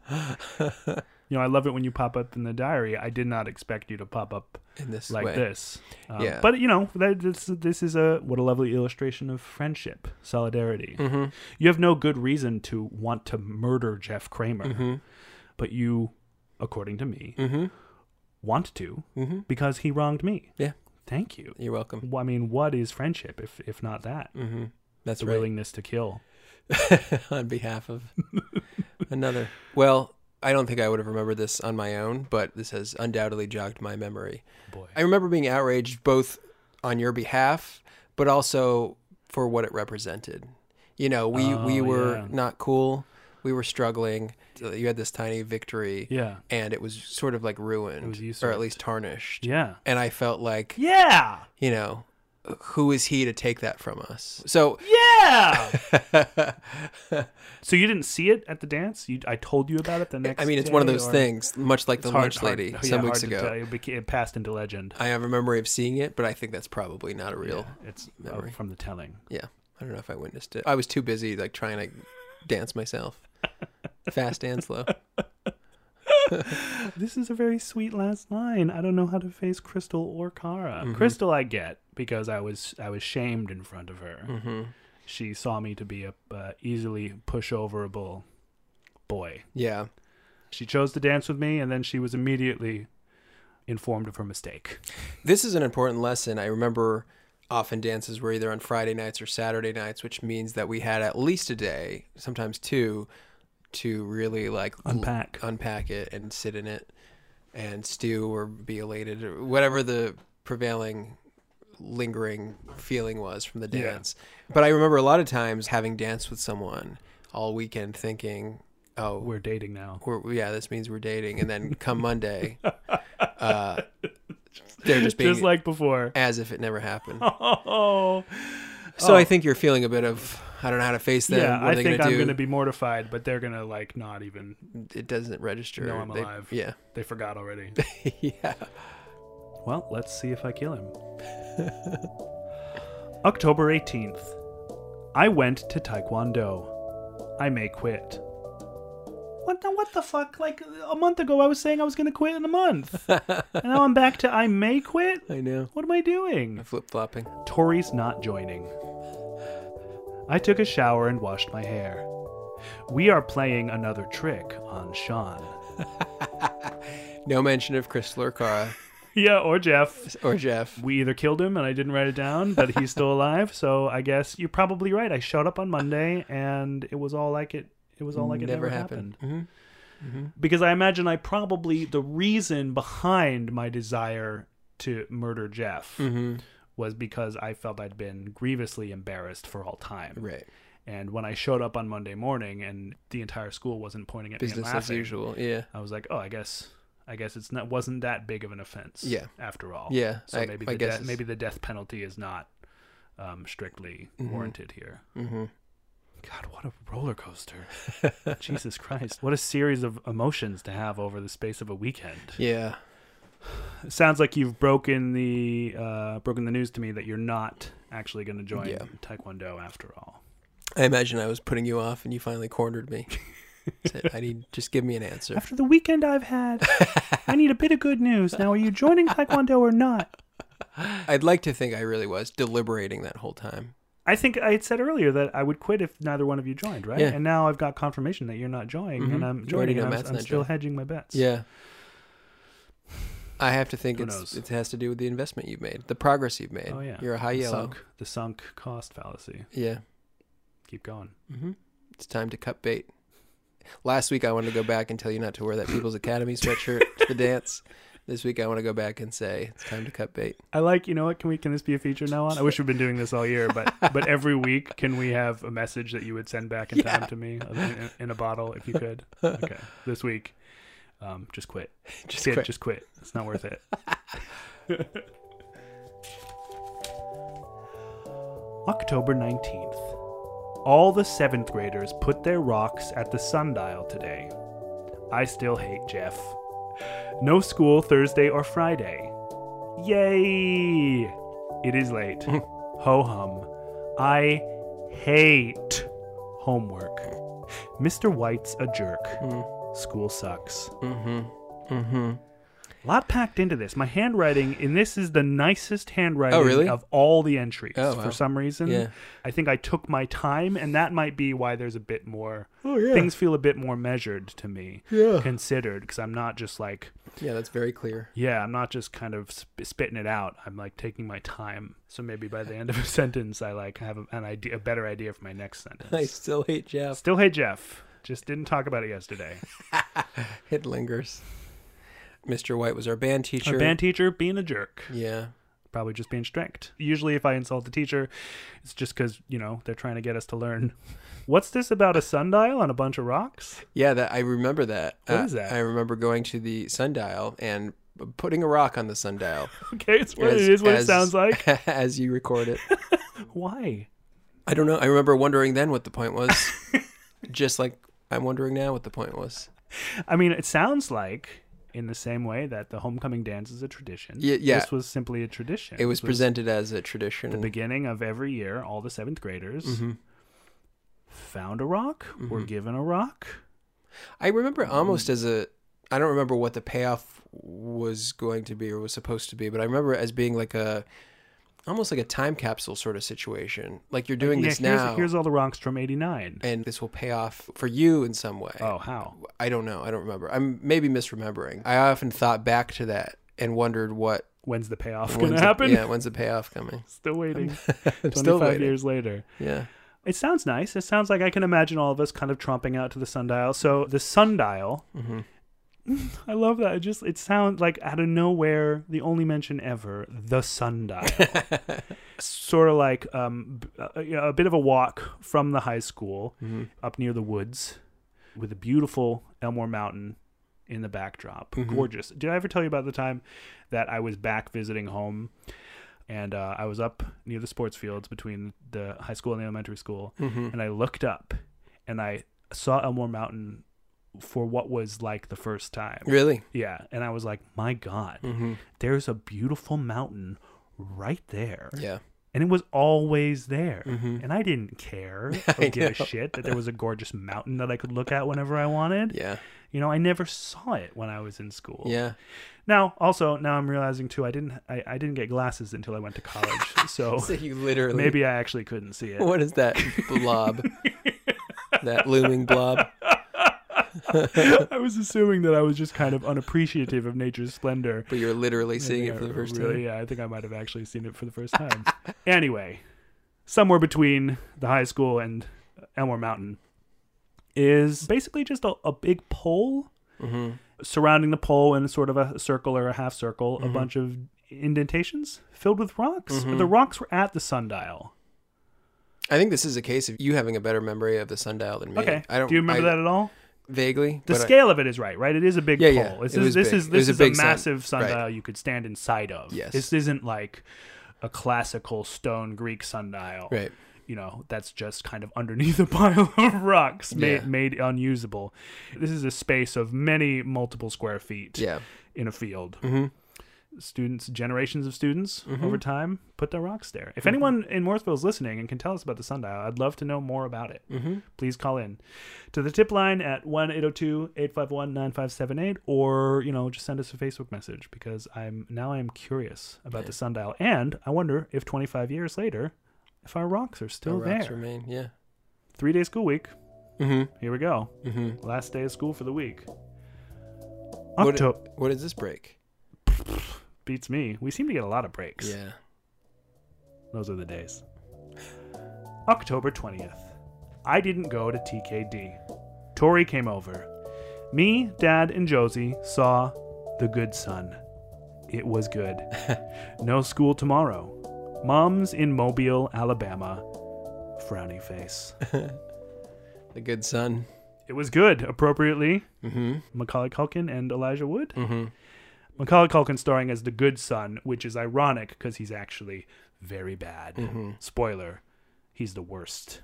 Speaker 2: You know, I love it when you pop up in the diary. I did not expect you to pop up
Speaker 1: in this
Speaker 2: like
Speaker 1: way.
Speaker 2: this. Um,
Speaker 1: Yeah.
Speaker 2: But you know, that, this this is a what a lovely illustration of friendship, solidarity.
Speaker 1: Mm-hmm.
Speaker 2: You have no good reason to want to murder Jeff Kramer,
Speaker 1: Mm-hmm.
Speaker 2: but you, according to me, want to because he wronged me.
Speaker 1: Mm-hmm. Yeah,
Speaker 2: Thank you.
Speaker 1: you're welcome.
Speaker 2: Well, I mean, what is friendship if if not that?
Speaker 1: That's
Speaker 2: The
Speaker 1: right.
Speaker 2: willingness to kill.
Speaker 1: on behalf of another. Well, I don't think I would have remembered this on my own, but this has undoubtedly jogged my memory.
Speaker 2: Boy.
Speaker 1: I remember being outraged both on your behalf, but also for what it represented. You know, we, we
Speaker 2: Oh,
Speaker 1: were
Speaker 2: yeah.
Speaker 1: not cool. We were struggling. You had this tiny victory.
Speaker 2: Yeah.
Speaker 1: And it was sort of like ruined, or
Speaker 2: usurped.
Speaker 1: at least tarnished.
Speaker 2: Yeah.
Speaker 1: And I felt like,
Speaker 2: Yeah.
Speaker 1: you know, who is he to take that from us? So,
Speaker 2: Yeah. so you didn't see it at the dance? You, I told you about it the next.
Speaker 1: I mean, it's one of
Speaker 2: day,
Speaker 1: those
Speaker 2: or-
Speaker 1: things, much like
Speaker 2: It's
Speaker 1: the
Speaker 2: hard-
Speaker 1: lunch
Speaker 2: hard-
Speaker 1: lady
Speaker 2: yeah,
Speaker 1: some
Speaker 2: hard
Speaker 1: weeks
Speaker 2: to
Speaker 1: ago.
Speaker 2: tell. It, beca- it passed into legend.
Speaker 1: I have a memory of seeing it, but I think that's probably not a real.
Speaker 2: It's uh,
Speaker 1: memory.
Speaker 2: from the telling.
Speaker 1: Yeah. I don't know if I witnessed it. I was too busy like trying to dance myself, fast and slow.
Speaker 2: This is a very sweet last line. I don't know how to face Crystal or Kara.
Speaker 1: Mm-hmm.
Speaker 2: Crystal, I get because I was I was shamed in front of her.
Speaker 1: Mm-hmm.
Speaker 2: She saw me to be a uh, easily pushoverable boy.
Speaker 1: Yeah,
Speaker 2: She chose to dance with me, and then she was immediately informed of her mistake.
Speaker 1: this is an important lesson. I remember often dances were either on Friday nights or Saturday nights, which means that we had at least a day, sometimes two, to really like l-
Speaker 2: Unpack.
Speaker 1: unpack it, and sit in it, and stew or be elated or whatever the prevailing lingering feeling was from the dance. But I remember a lot of times having danced with someone all weekend, thinking, "Oh,
Speaker 2: We're dating now.
Speaker 1: we're, yeah, this means we're dating," and then come Monday. uh, they're just being
Speaker 2: Just like before.
Speaker 1: as if it never happened.
Speaker 2: Oh,
Speaker 1: So I think you're feeling a bit of I don't know how to face them.
Speaker 2: yeah.
Speaker 1: what are
Speaker 2: I
Speaker 1: they
Speaker 2: think
Speaker 1: gonna
Speaker 2: I'm
Speaker 1: do?
Speaker 2: gonna be mortified, but they're gonna like not even.
Speaker 1: It doesn't register.
Speaker 2: No, I'm
Speaker 1: They-
Speaker 2: alive.
Speaker 1: Yeah,
Speaker 2: They forgot already.
Speaker 1: yeah.
Speaker 2: Well, let's see if I kill him. October 18th. I went to Taekwondo. I may quit. What the, what the fuck? Like a month ago, I was saying I was going to quit in a month. and now I'm back to I may quit?
Speaker 1: I know.
Speaker 2: What am I doing?
Speaker 1: Flip flopping.
Speaker 2: Tori's not joining. I took a shower and washed my hair. We are playing another trick on Sean.
Speaker 1: No mention of Crystal or Cara
Speaker 2: Yeah, or Jeff.
Speaker 1: or Jeff.
Speaker 2: we either killed him and I didn't write it down, but he's still alive. So I guess you're probably right. I showed up on Monday and it was all like it. It was all like it never,
Speaker 1: Never
Speaker 2: happened.
Speaker 1: happened.
Speaker 2: Because I imagine I probably the reason behind my desire to murder Jeff was because I felt I'd been grievously embarrassed for all time.
Speaker 1: Right.
Speaker 2: And when I showed up on Monday morning and the entire school wasn't pointing at me
Speaker 1: Business
Speaker 2: and
Speaker 1: as
Speaker 2: laughing,
Speaker 1: usual. Yeah.
Speaker 2: I was like, oh, I guess, I guess it's not wasn't that big of an offense.
Speaker 1: Yeah.
Speaker 2: After all.
Speaker 1: Yeah,
Speaker 2: So
Speaker 1: I-
Speaker 2: maybe
Speaker 1: my
Speaker 2: the
Speaker 1: guess
Speaker 2: death-
Speaker 1: is-
Speaker 2: maybe the death penalty is not um, strictly
Speaker 1: Mm-hmm.
Speaker 2: warranted here.
Speaker 1: Mhm.
Speaker 2: God, what a roller coaster! Jesus Christ, what a series of emotions to have over the space of a weekend.
Speaker 1: Yeah.
Speaker 2: It sounds like you've broken the uh, broken the news to me that you're not actually going to join
Speaker 1: Yeah.
Speaker 2: Taekwondo after all.
Speaker 1: I imagine I was putting you off, and you finally cornered me. Said, I need just give me an answer.
Speaker 2: After the weekend I've had, I need a bit of good news. Now, are you joining Taekwondo or not?
Speaker 1: I'd like to think I really was deliberating that whole time.
Speaker 2: I think I had said earlier that I would quit if neither one of you joined, right?
Speaker 1: Yeah. Mm-hmm.
Speaker 2: And now I've got confirmation that you're not joining, and I'm
Speaker 1: You already
Speaker 2: joining,
Speaker 1: know
Speaker 2: and I'm,
Speaker 1: Matt's
Speaker 2: I'm
Speaker 1: not
Speaker 2: still
Speaker 1: joining.
Speaker 2: hedging my bets.
Speaker 1: Yeah. I have to think
Speaker 2: Who
Speaker 1: it's,
Speaker 2: knows?
Speaker 1: it has to do with the investment you've made, the progress you've made.
Speaker 2: Oh yeah.
Speaker 1: You're a high
Speaker 2: the
Speaker 1: yellow.
Speaker 2: Sunk, the sunk cost fallacy.
Speaker 1: Yeah.
Speaker 2: Keep going.
Speaker 1: It's time to cut bait. Last week I wanted to go back and tell you not to wear that People's Academy sweatshirt to the dance. This week I want to go back and say it's time to cut bait.
Speaker 2: I like. You know what? Can we? Can this be a feature now on? I wish we've been doing this all year, but but every week, can we have a message that you would send back in time to me in, in a bottle if you could? Okay. This week, um, just quit.
Speaker 1: Just
Speaker 2: Kid,
Speaker 1: quit.
Speaker 2: just quit. It's not worth it. October 19th. All the seventh graders put their rocks at the sundial today. I still hate Jeff. No school Thursday or Friday. Yay! It is late.
Speaker 1: Hmm.
Speaker 2: Ho hum. I hate homework. Mr. White's a jerk. School sucks.
Speaker 1: Hmm. Mm-hmm. Mm-hmm.
Speaker 2: A lot packed into this. My handwriting, and this is the nicest handwriting
Speaker 1: Oh, really?
Speaker 2: of all the entries
Speaker 1: Oh, wow.
Speaker 2: for some reason.
Speaker 1: Yeah.
Speaker 2: I think I took my time, and that might be why there's a bit more.
Speaker 1: Oh,
Speaker 2: Things feel a bit more measured to me, yeah. considered, because I'm not just like,
Speaker 1: Yeah, that's very clear.
Speaker 2: yeah, I'm not just kind of sp- spitting it out. I'm like taking my time. So maybe by the end of a sentence, I like have an idea, a better idea for my next sentence.
Speaker 1: I still hate Jeff.
Speaker 2: Still, hey Jeff, just didn't talk about it yesterday.
Speaker 1: It lingers. Mr. White was our band
Speaker 2: A
Speaker 1: teacher.
Speaker 2: band teacher being a jerk.
Speaker 1: yeah.
Speaker 2: probably just being strict. Usually, if I insult the teacher, it's just because you know they're trying to get us to learn. What's this about a sundial and a bunch of rocks?
Speaker 1: Yeah, that I remember that. Uh,
Speaker 2: What is that?
Speaker 1: I remember going to the sundial and putting a rock on the sundial.
Speaker 2: Okay, it's what it is. What it
Speaker 1: as-
Speaker 2: sounds like.
Speaker 1: as you record it.
Speaker 2: Why?
Speaker 1: I don't know. I remember wondering then what the point was. Just like I'm wondering now what the point was.
Speaker 2: I mean, it sounds like in the same way that the homecoming dance is a tradition.
Speaker 1: Ye- yeah.
Speaker 2: this was simply a tradition.
Speaker 1: It was
Speaker 2: This
Speaker 1: presented as a tradition.
Speaker 2: the beginning of every year. All the seventh graders
Speaker 1: Mm-hmm.
Speaker 2: found a rock. Were given a rock.
Speaker 1: I
Speaker 2: Mm.
Speaker 1: remember almost as a I don't remember what the payoff was going to be or was supposed to be, but I remember it as being like a almost like a time capsule sort of situation. Like you're doing
Speaker 2: Yeah,
Speaker 1: this
Speaker 2: here's,
Speaker 1: now
Speaker 2: here's all the rocks from '89.
Speaker 1: and uh, this will pay off for you in some way.
Speaker 2: Oh, how?
Speaker 1: I don't know. I don't remember. I'm maybe misremembering. I often thought back to that and wondered what
Speaker 2: When's the payoff
Speaker 1: when's
Speaker 2: gonna
Speaker 1: the-
Speaker 2: happen?
Speaker 1: Yeah, when's the payoff coming?
Speaker 2: Still waiting.
Speaker 1: I'm
Speaker 2: 25
Speaker 1: still waiting.
Speaker 2: years later.
Speaker 1: Yeah.
Speaker 2: It sounds nice. It sounds like I can imagine all of us kind of tromping out to the sundial. So the sundial. I love that. It just it sounds like out of nowhere, the only mention ever, the sundial. sort of like um, b- uh, you know, a bit of a walk from the high school up near the woods, with a beautiful Elmore Mountain in the backdrop. Gorgeous. Did I ever tell you about the time that I was back visiting home? and uh, I was up near the sports fields between the high school and the elementary school, and I looked up and I saw Elmore Mountain for what was like the first time.
Speaker 1: Really?
Speaker 2: Yeah, and I was like, my God,
Speaker 1: Mm-hmm.
Speaker 2: there's a beautiful mountain right there.
Speaker 1: Yeah. Mm-hmm.
Speaker 2: And it was always there. And I didn't care or
Speaker 1: I
Speaker 2: give a
Speaker 1: know.
Speaker 2: shit that there was a gorgeous mountain that I could look at whenever I wanted.
Speaker 1: Yeah.
Speaker 2: You know, I never saw it when I was in school.
Speaker 1: Yeah.
Speaker 2: Now, also, now I'm realizing too, I didn't, I, I didn't get glasses until I went to college, so
Speaker 1: So you literally
Speaker 2: Oh. maybe I actually couldn't see it.
Speaker 1: What is that blob? that looming blob?
Speaker 2: I was assuming that I was just kind of unappreciative of nature's splendor.
Speaker 1: But you're literally seeing it for the
Speaker 2: Yeah,
Speaker 1: first
Speaker 2: really,
Speaker 1: time.
Speaker 2: Yeah, I think I might have actually seen it for the first time. anyway, somewhere between the high school and Elmore Mountain is basically just a, a big pole
Speaker 1: Mm-hmm.
Speaker 2: surrounding the pole in sort of a circle or a half circle,
Speaker 1: Mm-hmm.
Speaker 2: a bunch of indentations filled with rocks. The rocks were at the sundial.
Speaker 1: I think this is a case of you having a better memory of the sundial than me.
Speaker 2: Okay.
Speaker 1: I don't.
Speaker 2: Do you remember
Speaker 1: I-
Speaker 2: that at all?
Speaker 1: vaguely?
Speaker 2: The
Speaker 1: but I-
Speaker 2: scale of it is right, right? It is a big
Speaker 1: Yeah,
Speaker 2: pole.
Speaker 1: yeah.
Speaker 2: This
Speaker 1: It
Speaker 2: is
Speaker 1: was
Speaker 2: this
Speaker 1: big.
Speaker 2: is
Speaker 1: It
Speaker 2: this
Speaker 1: was a
Speaker 2: is a,
Speaker 1: big sun-
Speaker 2: massive
Speaker 1: right.
Speaker 2: sundial you could stand inside of.
Speaker 1: Yes.
Speaker 2: This isn't like a classical stone Greek sundial.
Speaker 1: Right.
Speaker 2: You know, that's just kind of underneath a pile of rocks made,
Speaker 1: Yeah.
Speaker 2: made unusable. This is a space of many multiple square feet
Speaker 1: Yeah. Mm-hmm.
Speaker 2: in a field. Students, generations of students over time put their rocks there.
Speaker 1: Mm-hmm.
Speaker 2: If anyone in Morrisville is listening and can tell us about the sundial, I'd love to know more about it.
Speaker 1: Mm-hmm.
Speaker 2: Please call in to the tip line at oh 1 802 851 9578 or, you know, just send us a Facebook message because I'm now I'm curious about the sundial. And I wonder if 25 years later, if our rocks are
Speaker 1: The
Speaker 2: still
Speaker 1: rocks
Speaker 2: there.
Speaker 1: remain. Yeah.
Speaker 2: Three day school week.
Speaker 4: Mm-hmm.
Speaker 1: Mhm.
Speaker 2: Here we go.
Speaker 1: Mhm.
Speaker 2: Last day of school for the week.
Speaker 1: What-
Speaker 2: October
Speaker 1: What is this break?
Speaker 2: beats me. We seem to get a lot of breaks.
Speaker 1: Yeah.
Speaker 2: Those are the days. October 20th. I didn't go to TKD. Tori came over. Me, Dad, and Josie saw The Good Son. It was good. no school tomorrow. Mom's in Mobile, Alabama. Frowny face.
Speaker 1: The good son.
Speaker 2: It was good, appropriately.
Speaker 1: Mhm.
Speaker 2: Macaulay Culkin and Elijah Wood. Mm-hmm. Macaulay Culkin starring as the good son, which is ironic because he's actually very bad.
Speaker 1: Mm-hmm.
Speaker 2: Spoiler, he's the worst.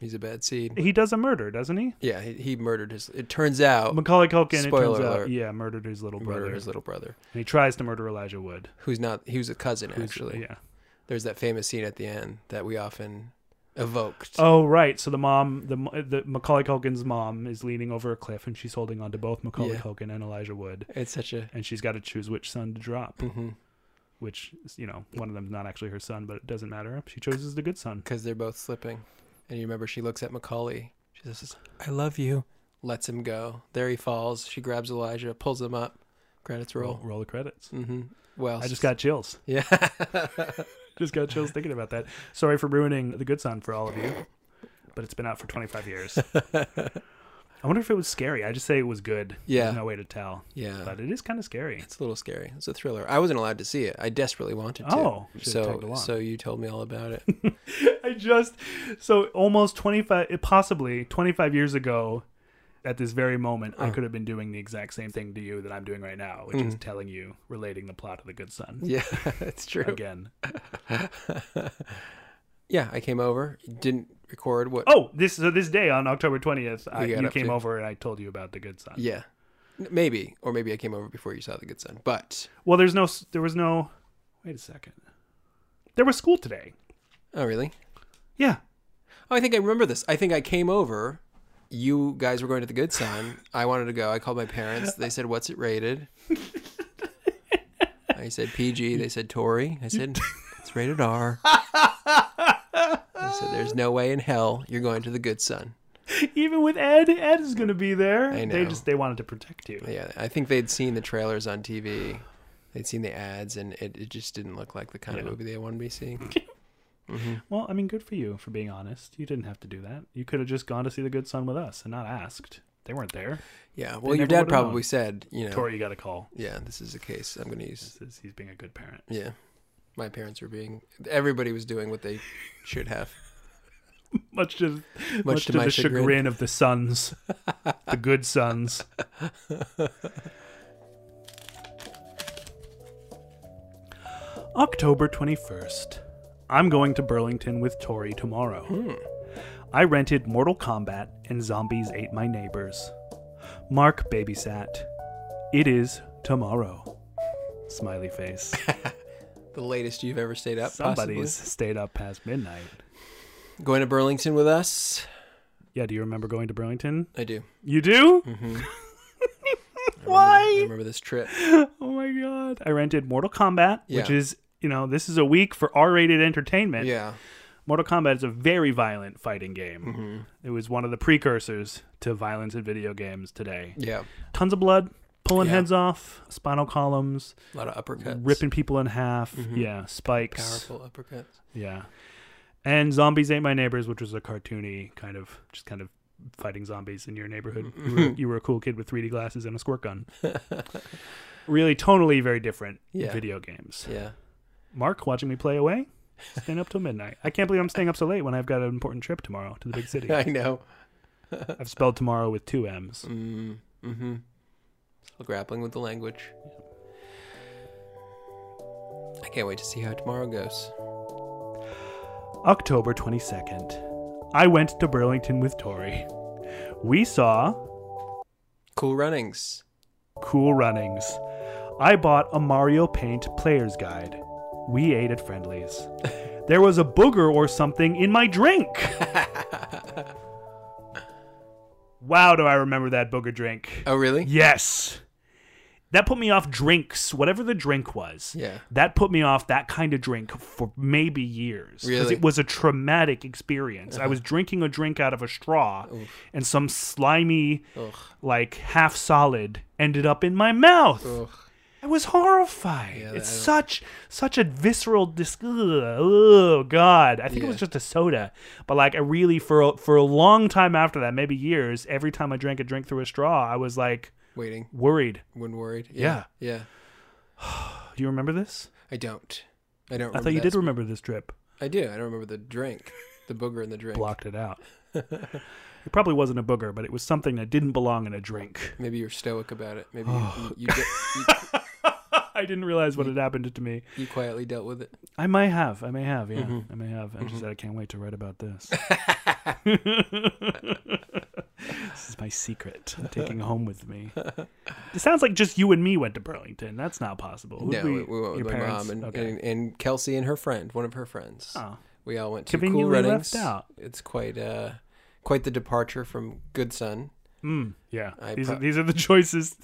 Speaker 1: He's a bad seed.
Speaker 2: He does a murder, doesn't he?
Speaker 1: Yeah. He, he murdered his. It turns out
Speaker 2: Macaulay Culkin, it
Speaker 1: Oh, Spoiler
Speaker 2: turns out,
Speaker 1: alert.
Speaker 2: yeah, murdered his little brother.
Speaker 1: murdered his little brother,
Speaker 2: and he tries to murder Elijah Wood.
Speaker 1: who's not. He was a cousin
Speaker 2: who's-
Speaker 1: actually.
Speaker 2: Yeah.
Speaker 1: There's that famous scene at the end that we often. evoked.
Speaker 2: Oh right, so the mom, the the Macaulay Culkin's mom is leaning over a cliff, and she's holding on to both Macaulay
Speaker 1: Yeah.
Speaker 2: Culkin and Elijah Wood,
Speaker 1: It's such a
Speaker 2: and she's got to choose which son to drop.
Speaker 1: Mm-hmm.
Speaker 2: Which is, you know, one of them's not actually her son, but it doesn't matter. She chooses the good son.
Speaker 1: because they're both slipping. And you remember she looks at Macaulay. She says, "I love you." Lets him go. There he falls. She grabs Elijah, pulls him up. Credits roll. Mm-hmm.
Speaker 2: Roll the credits.
Speaker 1: Well,
Speaker 2: Oh, I just got chills.
Speaker 1: yeah.
Speaker 2: Just got chills thinking about that. Sorry for ruining the good son for all of you, but it's been out for 25 years. I wonder if it was scary. I just say it was good.
Speaker 1: Yeah.
Speaker 2: There's no way to tell.
Speaker 1: Yeah.
Speaker 2: But it is kind of scary.
Speaker 1: It's a little scary. It's a thriller. I wasn't allowed to see it. I desperately wanted to.
Speaker 2: Oh, you should've tagged
Speaker 1: so
Speaker 2: along.
Speaker 1: so you told me all about it.
Speaker 2: I just so almost 25 possibly 25 years ago at this very moment I could have been doing the exact same thing to you that I'm doing right now which is telling you relating the plot of the good son
Speaker 1: Hmm. yeah, it's true.
Speaker 2: again.
Speaker 1: Yeah, I came over. Didn't record what.
Speaker 2: Oh, this so this day on October 20th I,
Speaker 1: You got
Speaker 2: you
Speaker 1: up
Speaker 2: came
Speaker 1: to-
Speaker 2: over and I told you about the good son.
Speaker 1: Yeah, N- maybe or maybe I came over before you saw The Good Son. But
Speaker 2: Well, there's no s- there was no Wait a second. There was school today.
Speaker 1: oh really?
Speaker 2: Yeah.
Speaker 1: Oh, I think I remember this. I think I came over. You guys were going to the Good Son. I wanted to go. I called my parents. They said, "What's it rated?" I said PG. They said Tory. I said it's rated R. They said, "There's no way in hell you're going to the Good Son."
Speaker 2: Even with Ed, Ed is going to be there.
Speaker 1: I
Speaker 2: They
Speaker 1: know.
Speaker 2: just they wanted to protect you.
Speaker 1: Yeah, I think they'd seen the trailers on TV. They'd seen the ads, and it, it just didn't look like the kind of movie they wanted to be seeing.
Speaker 2: Well, I mean, good for you for being honest. You didn't have to do that. You could have just gone to see the good son with us and not asked. They weren't there.
Speaker 1: Yeah, well, your
Speaker 2: never
Speaker 1: dad
Speaker 2: would've
Speaker 1: probably
Speaker 2: known.
Speaker 1: said, you know,
Speaker 2: Tori, you got a call.
Speaker 1: yeah, this is a case I'm going to use.
Speaker 2: Says he's being a good parent.
Speaker 1: Yeah, my parents were being, everybody was doing what they should have.
Speaker 2: Much to much,
Speaker 1: to
Speaker 2: to,
Speaker 1: my
Speaker 2: the
Speaker 1: chagrin.
Speaker 2: chagrin. of the sons, the good sons. October 21st. I'm going to Burlington with Tori tomorrow. I rented Mortal Kombat and Zombies Ate My Neighbors. Mark babysat. It is tomorrow. Smiley face.
Speaker 1: The latest you've ever stayed up,
Speaker 2: Somebody's
Speaker 1: possibly.
Speaker 2: stayed up past midnight.
Speaker 1: Going to Burlington with us?
Speaker 2: Yeah, do you remember going to Burlington?
Speaker 1: I do.
Speaker 2: You do?
Speaker 1: I
Speaker 2: Why?
Speaker 1: Mm-hmm. remember this trip.
Speaker 2: Oh my god. I rented Mortal Kombat, which
Speaker 1: Yeah.
Speaker 2: is, you know, this is a week for R rated entertainment.
Speaker 1: Yeah,
Speaker 2: Mortal Kombat is a very violent fighting game.
Speaker 1: Mm-hmm.
Speaker 2: It was one of the precursors to violence in video games today.
Speaker 1: yeah.
Speaker 2: Tons of blood, pulling
Speaker 1: Yeah.
Speaker 2: heads off, spinal columns,
Speaker 1: A lot of uppercuts.
Speaker 2: ripping people in half.
Speaker 1: Mm-hmm.
Speaker 2: Yeah, spikes.
Speaker 1: Powerful uppercuts.
Speaker 2: Yeah. And Zombies Ate My Neighbors, which was a cartoony kind of just kind of fighting zombies in your neighborhood. You were, you were a cool kid with 3D glasses and a squirt gun. really tonally very different
Speaker 1: Yeah.
Speaker 2: video games.
Speaker 1: Yeah.
Speaker 2: Mark watching me play away. Staying up till midnight. I can't believe I'm staying up so late when I've got an important trip tomorrow to the big city.
Speaker 1: I know.
Speaker 2: I've spelled tomorrow with two M's.
Speaker 1: Still grappling with the language. I can't wait to see how tomorrow goes.
Speaker 2: October 22nd. I went to Burlington with Tori. We saw
Speaker 1: Cool runnings.
Speaker 2: Cool Runnings. I bought a Mario Paint player's guide. We ate at Friendly's. There was a booger or something in my drink. wow, do I remember that booger drink?
Speaker 1: Oh, really?
Speaker 2: Yes. That put me off drinks, whatever the drink was.
Speaker 1: Yeah.
Speaker 2: That put me off that kind of drink for maybe years.
Speaker 1: Really? Uh-huh.
Speaker 2: it was a traumatic experience. I was drinking a drink out of a straw, and some slimy, like half solid, ended up in my mouth. I was horrified. it's such such a visceral dis. Ugh, oh God! I think it was just a soda, but like I really for a, for a long time after that, maybe years, every time I drank a drink through a straw, I was like
Speaker 1: Waiting.
Speaker 2: worried.
Speaker 1: When worried. Yeah.
Speaker 2: Do you remember this?
Speaker 1: I don't. I don't. Remember
Speaker 2: I thought you
Speaker 1: that.
Speaker 2: did remember this trip.
Speaker 1: I do. I don't remember the drink, the booger in the drink.
Speaker 2: Blocked it out. it probably wasn't a booger, but it was something that didn't belong in a drink.
Speaker 1: Maybe you're stoic about it. Maybe you,
Speaker 2: Oh.
Speaker 1: you, you, de- you,
Speaker 2: I didn't realize what had happened to me.
Speaker 1: you quietly dealt with it.
Speaker 2: I may have. I may have. Yeah,
Speaker 1: Mm-hmm.
Speaker 2: I may have. I just said I can't wait to write about this. this is my secret. I'm taking home with me. It sounds like just you and me went to Burlington. That's not possible. Who'd
Speaker 1: No, we, we went with
Speaker 2: your
Speaker 1: my
Speaker 2: parents?
Speaker 1: mom and,
Speaker 2: Okay.
Speaker 1: and, and Kelsey and her friend, one of her friends.
Speaker 2: Oh.
Speaker 1: We all went to Cool
Speaker 2: Conveniently
Speaker 1: Runnings.
Speaker 2: left out.
Speaker 1: It's quite uh, quite the departure from Good Son.
Speaker 2: Mm, yeah.
Speaker 1: I
Speaker 2: these,
Speaker 1: pro-
Speaker 2: are, these are the choices.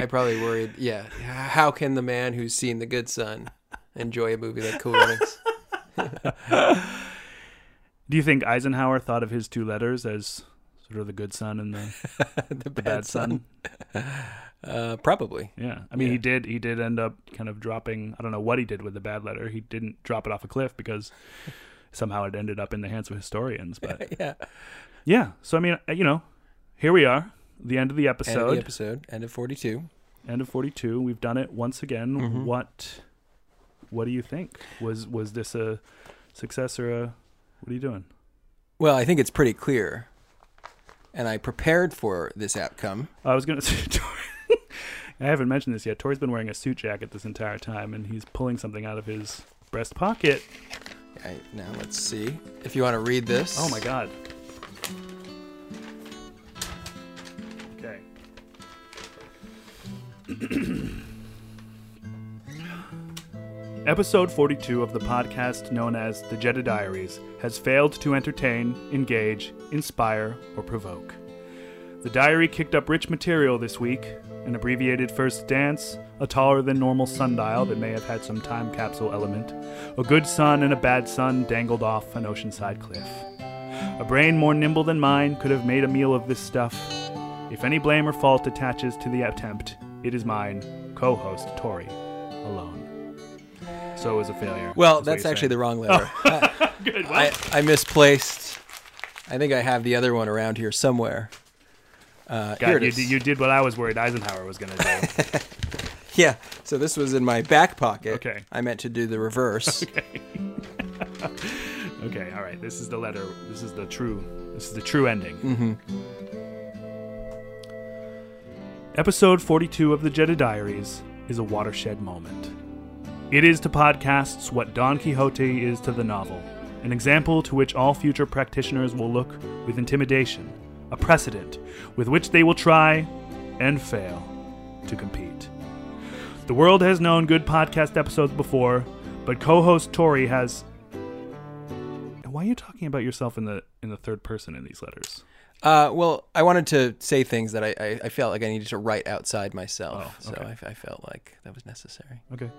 Speaker 1: I probably worried. Yeah, how can the man who's seen the Good Son enjoy a movie like Cool Runnings?
Speaker 2: Do you think Eisenhower thought of his two letters as sort of the good son and the
Speaker 1: the bad,
Speaker 2: bad son?
Speaker 1: Uh, probably.
Speaker 2: Yeah, I mean, he did. He did end up kind of dropping. I don't know what he did with the bad letter. He didn't drop it off a cliff because somehow it ended up in the hands of historians. But
Speaker 1: Yeah.
Speaker 2: yeah, so I mean, you know, here we are, the end of the
Speaker 1: End
Speaker 2: episode,
Speaker 1: of the episode. End of forty-two.
Speaker 2: end of forty-two. We've done it once again. What, what do you think? Was was this a success or a? What are you doing?
Speaker 1: Well, I think it's pretty clear, and I prepared for this outcome.
Speaker 2: I was gonna. Tori- I haven't mentioned this yet. Tori's been wearing a suit jacket this entire time, and he's pulling something out of his breast pocket.
Speaker 1: I, now let's see if you want to read this.
Speaker 2: Oh my god. Okay. Episode 42 of the podcast known as The Jedi Diaries has failed to entertain, engage, inspire, or provoke. The diary kicked up rich material this week an abbreviated first dance, a taller than normal sundial that may have had some time capsule element, a good sun and a bad sun dangled off an oceanside cliff. A brain more nimble than mine could have made a meal of this stuff. If any blame or fault attaches to the attempt, it is mine, co host Tori, alone. So it was a failure.
Speaker 1: Well, that's actually the wrong letter.
Speaker 2: the. Oh. Good. Well,
Speaker 1: I, I misplaced. I think I have the other one around here somewhere. Uh,
Speaker 2: God,
Speaker 1: here it
Speaker 2: you,
Speaker 1: is.
Speaker 2: d- you did what I was worried Eisenhower was going to do.
Speaker 1: Yeah. So this was in my back pocket.
Speaker 2: Okay.
Speaker 1: I meant to do the reverse.
Speaker 2: Okay, all right. This is the letter. This is the true. This is the true ending. Mm-hmm. Episode 42 of the Jedi Diaries is a watershed moment. It is to podcasts what Don Quixote is to the novel, an example to which all future practitioners will look with intimidation, a precedent with which they will try and fail to compete. The world has known good podcast episodes before, but co-host Tori has why are you talking about yourself in the in the third person in these letters?
Speaker 1: Uh, well, I wanted to say things that I, I, I felt like I needed to write outside myself.
Speaker 2: Oh, okay.
Speaker 1: So I, I felt like that was necessary.
Speaker 2: Okay.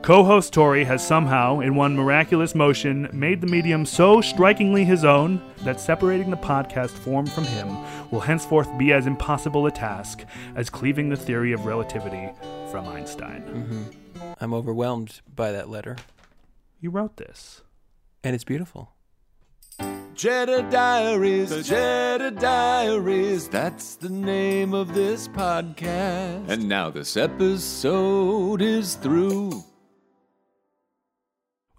Speaker 2: Co-host Tori has somehow, in one miraculous motion, made the medium so strikingly his own that separating the podcast form from him will henceforth be as impossible a task as cleaving the theory of relativity from Einstein.
Speaker 1: I'm overwhelmed by that letter,
Speaker 2: You wrote this.
Speaker 1: and it's beautiful.
Speaker 4: Jedi Diaries, the Jedi Diaries, that's the name of this podcast. And now this episode is through.
Speaker 2: Well,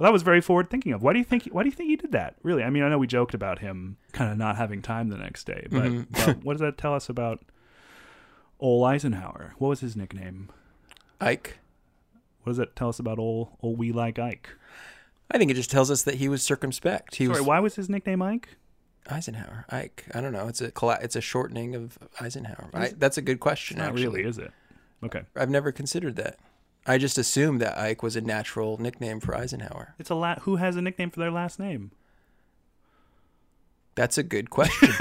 Speaker 2: that was very forward thinking of. Why do you think? Why do you think he did that? Really? I mean, I know we joked about him kind of not having time the next day, but well, what does that tell us about Ole Eisenhower? What was his nickname?
Speaker 1: Ike.
Speaker 2: What does that tell us about old old we like Ike?
Speaker 1: I think it just tells us that he was circumspect. He
Speaker 2: Sorry,
Speaker 1: was
Speaker 2: why was his nickname Ike?
Speaker 1: Eisenhower. Ike. I don't know. It's a colla- it's a shortening of Eisenhower. I, that's a good question.
Speaker 2: Not
Speaker 1: actually,
Speaker 2: really, is it? Okay,
Speaker 1: I've never considered that. I just assumed that Ike was a natural nickname for Eisenhower.
Speaker 2: it's a la- who has a nickname for their last name?
Speaker 1: That's a good question.